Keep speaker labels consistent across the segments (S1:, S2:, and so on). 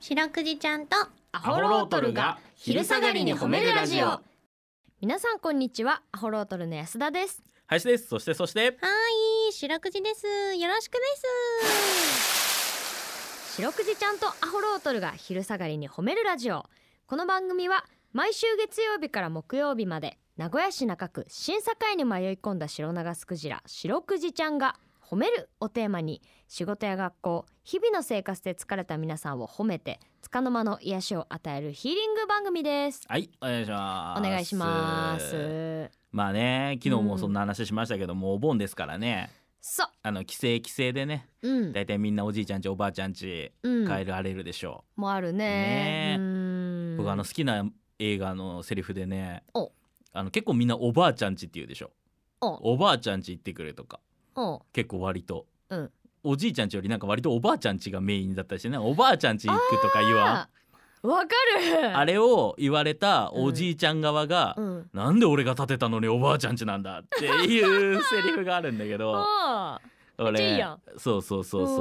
S1: 白くじちゃんとア
S2: ホロートルが昼下がりに褒めるラジオ
S3: 皆さんこんにちはアホロートルの安田です
S2: 林ですそしてそして
S1: はい白くじですよろしくです
S3: 白くじちゃんとアホロートルが昼下がりに褒めるラジオこの番組は毎週月曜日から木曜日まで名古屋市中区審査会に迷い込んだ白長スクジラ白くじちゃんが褒めるをテーマに仕事や学校日々の生活で疲れた皆さんを褒めて束の間の癒しを与えるヒーリング番組です
S2: はいお願いします
S3: お願いします
S2: まあね昨日もそんな話しましたけども、うお盆ですからね
S3: そ
S2: あの帰省帰省でね
S3: ううん
S2: だいたいみんなおじいちゃんちおばあちゃんち
S3: うん
S2: 帰る荒れるでしょ
S3: もあるね
S2: ねえ
S3: うん
S2: う、僕あの好きな映画のセリフでね
S3: お
S2: あの結構みんなおばあちゃんちって言うでしょ
S3: お
S2: おばあちゃんち行ってくれとか
S3: お
S2: 結構割と、
S3: うん
S2: おじいちゃんちよりなんか割とおばあちゃんちがメインだったりしてねおばあちゃんち行くとか言わん
S3: あわかる
S2: あれを言われたおじいちゃん側が、
S3: うん
S2: なんで俺が建てたのにおばあちゃんちなんだっていうセリフがあるんだ けど
S3: あめっ
S2: こ
S3: ちゃいい
S2: れ
S3: やん
S2: そうそうそうそ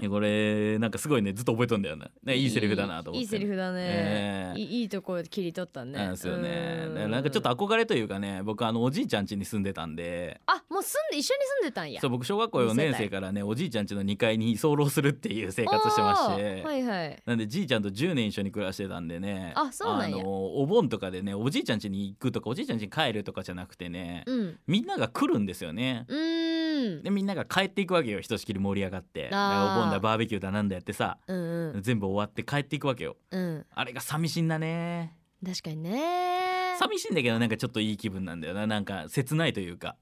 S2: う
S3: そ
S2: これなんかすごいねずっと覚えとんだよねねいいセリフだなと
S3: い
S2: 思って
S3: いセリフだね
S2: え、え
S3: いいいいとこ切り取ったね
S2: なんですよね
S3: うん
S2: だからなんかちょっと憧れというかね僕あのおじいちゃん家に住んでたんで
S3: あもう住んで一緒に住んでたんや
S2: そう僕小学校4年生からねおじいちゃん家の2階に居候するっていう生活してまし
S3: お
S2: て
S3: ーはいはい
S2: なんでじいちゃんと10年一緒に暮らしてたんでね
S3: あそうなんや
S2: あのお盆とかでねおじいちゃん家に行くとかおじいちゃん家に帰るとかじゃなくてね、
S3: うん
S2: みんなが来るんですよね。
S3: うーん
S2: でみんなが帰っていくわけよひとしきり盛り上がってだからお盆だバーベキューだなんだやってさ
S3: うん
S2: 全部終わって帰っていくわけよ
S3: うんうん
S2: あれが寂しいんだね
S3: 確かにね
S2: 寂しいんだけどなんかちょっといい気分なんだよななんか切ないというか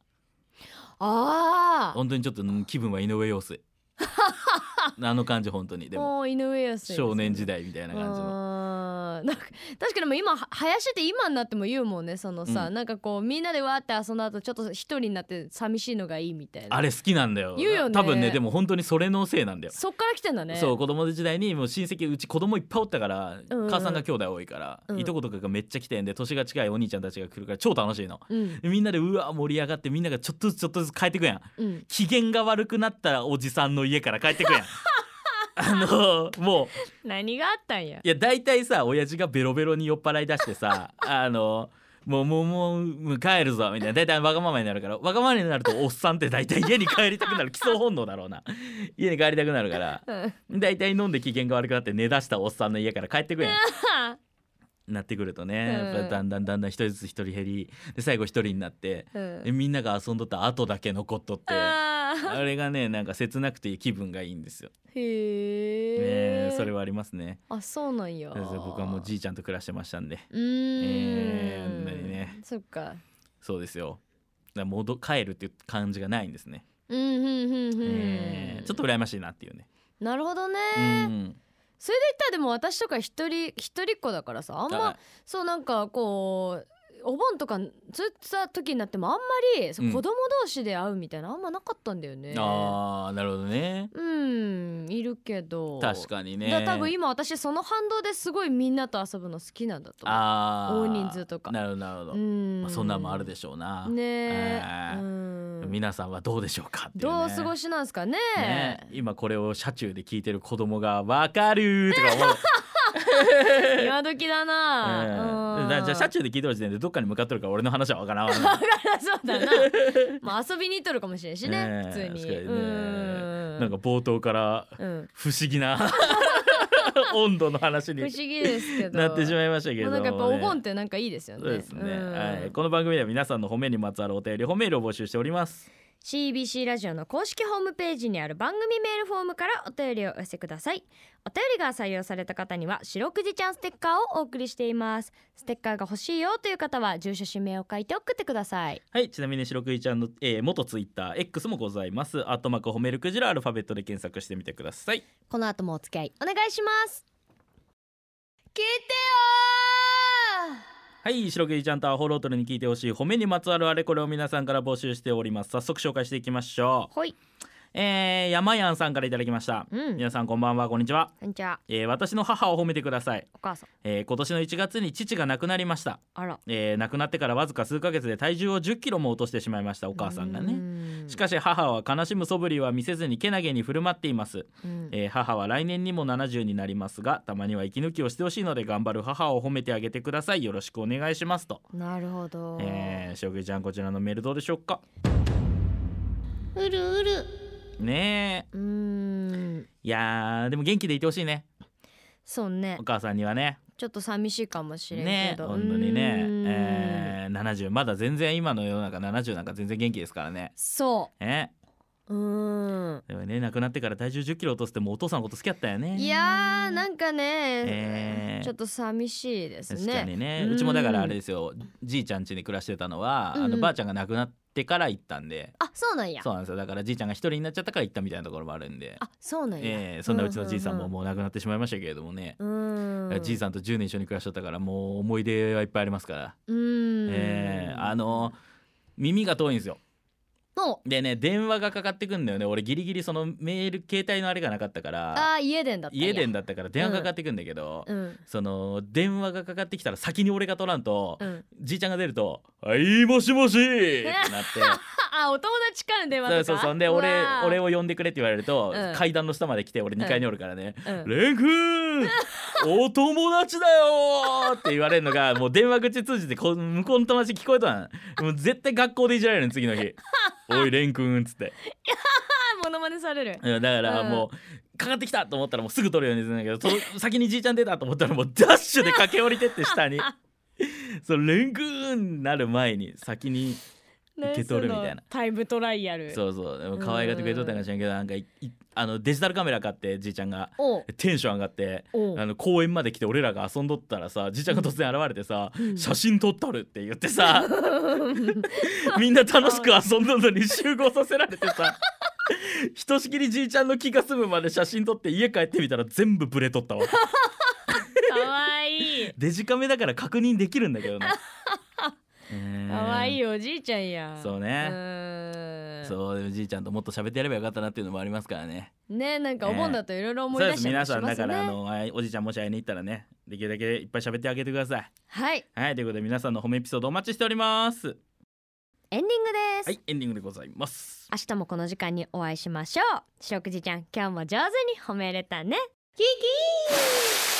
S3: ああ
S2: 本当にちょっとうん気分は井上陽水 あの感じ本当にでも
S3: もう井上陽水
S2: 少年時
S3: 代
S2: 代みたいな感じの
S3: なん か確かにもう今は林って今になっても言うもんねそのさ、
S2: うん
S3: なんかこうみんなでわーって遊んだ後ちょっと一人になって寂しいのがいいみたいな
S2: あれ好きなんだよ
S3: 言うよね
S2: 多分ねでも本当にそれのせいなんだよ
S3: そっから来てんだね
S2: そう子供の時代にもう親戚うち子供いっぱいおったから、
S3: うんうん
S2: 母さんが兄弟多いから、
S3: うん
S2: いとことかがめっちゃ来てんで年が近いお兄ちゃんたちが来るから超楽しいの
S3: う、ん
S2: でみんなでうわ盛り上がってみんながちょっとずつちょっとずつ帰ってくやん
S3: うん、
S2: 機嫌が悪くなったらおじさんの家から帰ってくや んあのもう
S3: 何があったんや
S2: いや大体さ親父がベロベロに酔っ払い出し てさあのもうもうもうもう帰るぞみたいな大体わがままになるからわがままになるとおっさんって大体家に帰りた くなる基礎本能だろうな家に帰りたくなるから
S3: うん
S2: 大体飲んで機嫌が悪くなって寝だしたおっさんの家から帰ってくやんなってくるとね、
S3: うん
S2: やっぱだんだんだんだん一人ずつ一人減りで最後一人になって
S3: うん
S2: でみんなが遊んどった後だけ残っとってあ
S3: あー
S2: れがねなんか切なくて気分がいいんですよ、ね
S3: へ
S2: え
S3: え、
S2: それはありますね
S3: あそうなんや
S2: そうそう僕はもうじいちゃんと暮らしてましたんで
S3: うーん、
S2: えーあんなにね
S3: そっか
S2: そうですよ。だから戻帰るっていう感じがないんですね、
S3: うんうんうんうん、
S2: えーちょっと羨ましいなっていうね。
S3: なるほどね、
S2: うん
S3: それで言ったらでも私とか一人一人っ子だからさあんま
S2: あ
S3: そうなんかこうお盆とかそういった時になってもあんまりそう
S2: うん
S3: 子供同士で会うみたいなあんまなかったんだよね、
S2: あーなるほどね。
S3: うんいるけど
S2: 確かにね。
S3: だから多分今私その反動ですごいみんなと遊ぶの好きなんだと思
S2: あー
S3: 大人数とか
S2: なるほどなるほど。
S3: ううん、
S2: まあ、そんなんもあるでしょうな。
S3: ねえ
S2: あ、
S3: う
S2: ー
S3: ん、
S2: 皆さんはどうでしょうかっていう、ね。
S3: どう過ごしなんですかね
S2: ね今これを車中で聞いてる子供がわかるーとか思う。
S3: 今時だな、
S2: う
S3: うんん、
S2: だからじゃあ車中で聞いてる時点でどっかに向かっとるから俺の話はわからんわ な。
S3: そうだなまあ遊びに行っとるかもしれんしね
S2: ねえ
S3: 普通に
S2: 確かにね
S3: うん
S2: なんか冒頭から
S3: うん、
S2: 不思 議な温度の話
S3: 不思
S2: に
S3: 議ですけど
S2: なってしまいましたけれ
S3: も
S2: ど
S3: う
S2: も、
S3: な
S2: ね、
S3: んかやっぱお盆ってなんかいいですよね
S2: そうですね、
S3: ん
S2: はい、この番組では皆さんの褒めにまつわるお便り褒めるを募集しております
S3: CBC ラジオの公式ホームページにある番組メールフォームからお便りをお寄せくださいお便りが採用された方には白くじちゃんステッカーをお送りしていますステッカーが欲しいよという方は住所氏名を書いて送ってください
S2: はいちなみに白くいちゃんの、えー、元ツイッター X もございますアットマーク褒めるクジラアルファベットで検索してみてください
S3: この後もお付き合いお願いします聞いてよ
S2: はい白くいちゃんとアホロートルに聞いてほしい褒めにまつわるあれこれを皆さんから募集しております早速紹介していきましょう
S3: ーはい
S2: えー、山やんさんからいただきました、
S3: うん
S2: 皆さんこんばんはこんにちは、
S3: こんにちは
S2: えー、私の母を褒めてください、
S3: お母さん
S2: えー、今年の1月に父が亡くなりました、
S3: あら
S2: えー、亡くなってからわずか数ヶ月で体重を1 0キロも落としてしまいましたお
S3: お
S2: 母さんがねしか
S3: し、
S2: し母は悲しむ素振りは見せずにけなげに振る舞っています、
S3: うん
S2: えー母は来年にも70になりますがたまには息抜きをしてほしいので頑張る母を褒めてあげてくださいよろしくお願いしますと
S3: なるほど、
S2: えー、しょぐいちゃんこちらのメールどうでしょうか
S1: うるうる
S2: ね
S3: う
S2: え
S3: ーん
S2: いやーでも元気でいてほしいね
S3: そうね
S2: お母さんにはね
S3: ちょっと寂しいかもしれん
S2: ね
S3: け
S2: え
S3: ど、
S2: 本当にね
S3: うーん
S2: えー、70まだ全然今の世の中70なんか全然元気ですからね
S3: そ
S2: え
S3: ううーん
S2: でもね亡くなってから体重1 0キロ落とすってもうお父さんのこと好きだったよね
S3: いやーなんか
S2: え
S3: ね、
S2: ー
S3: ちょっと寂しいです
S2: 確
S3: ね
S2: かにね
S3: うん
S2: うちもだからあれですよじいちゃん家に暮らしてたのは、
S3: うんうん
S2: あのばあちゃんが亡くなってから行ったんで
S3: あそうなんや
S2: そうなんですよだからじいちゃんが一人になっちゃったから行ったみたいなところもあるんで、
S3: あそうなんや、
S2: えーそんなうちのじいさんも
S3: う
S2: もう亡くなってしまいましたけれどもね、
S3: うーん
S2: じいさんと10年一緒に暮らしとったからもう思い出はいっぱいありますから、
S3: うーん
S2: えーあの耳が遠いんですよ
S3: の
S2: でね電話がかかってくんだよね俺ギリギリそのメール携帯のあれがなかったから
S3: あー家電だったんや
S2: 家電だったから電話かかってくんだけど、
S3: うん
S2: その電話がかかってきたら先に俺が取らんと、
S3: うん、
S2: じいちゃんが出ると「はいもしもし!」ってなって
S3: あお友達からの電話と
S2: そう
S3: か
S2: そうそうで俺
S3: わー
S2: 俺を呼んでくれって言われると、
S3: うん
S2: 階段の下まで来て俺2階におるからね
S3: うん
S2: 「レン君お友達だよ!」って言われる のがもう電話口通じてこう向こうの友達聞こえとんもう絶対学校でいじられるの次 の日「おいレン君」っつって
S3: モノマネされる。
S2: うんだから
S3: うん
S2: もう。かかってきたと思ったらもうすぐ取るようにするんだけどその先にじいちゃん出たと思ったらもうダッシュで駆け下りてっ て下にそうレン君になる前に先に
S3: ね
S2: 受け取るみたいな
S3: そのタイムトライアル。
S2: そうそうでも可愛がってくれとったんかしらんけどなんかいいあのデジタルカメラ買ってじいちゃんが
S3: おう
S2: テンション上がって
S3: おう
S2: あの公園まで来て俺らが遊んどったらさじいちゃんが突然現れてさ
S3: う
S2: 「
S3: ん
S2: 写真撮ったる」って言っ てさみんな楽しく遊んだのに集合させられてさひとしきりじいちゃんの気が済むまで写真撮って家帰ってみたら全部ブレとったわ
S3: 可愛い。
S2: デジカメだから確認できるんだけどね
S3: 可愛
S2: よ
S3: いおじいちゃんや。
S2: そうね
S3: うーん
S2: そうでもじいちゃんともっと喋ってやればよかったなっていうのもありますからね
S3: ねなんかお盆だといろいろ思い
S2: そう
S3: 出
S2: で
S3: し
S2: す
S3: ちゃ
S2: 皆
S3: った
S2: さん
S3: りしま
S2: だ
S3: す
S2: からあ
S3: ね。
S2: のあいおじいちゃんもし会いに行ったらねできるだけいっぱい喋ってあげてください
S3: はい
S2: はいということで皆さんの褒めエピソードお待ちしております
S3: エンディングです。
S2: はいエンディングでございます
S3: 明日もこの時間にお会いしましょう。白くじちゃん今日も上手に褒めれたね。キキー。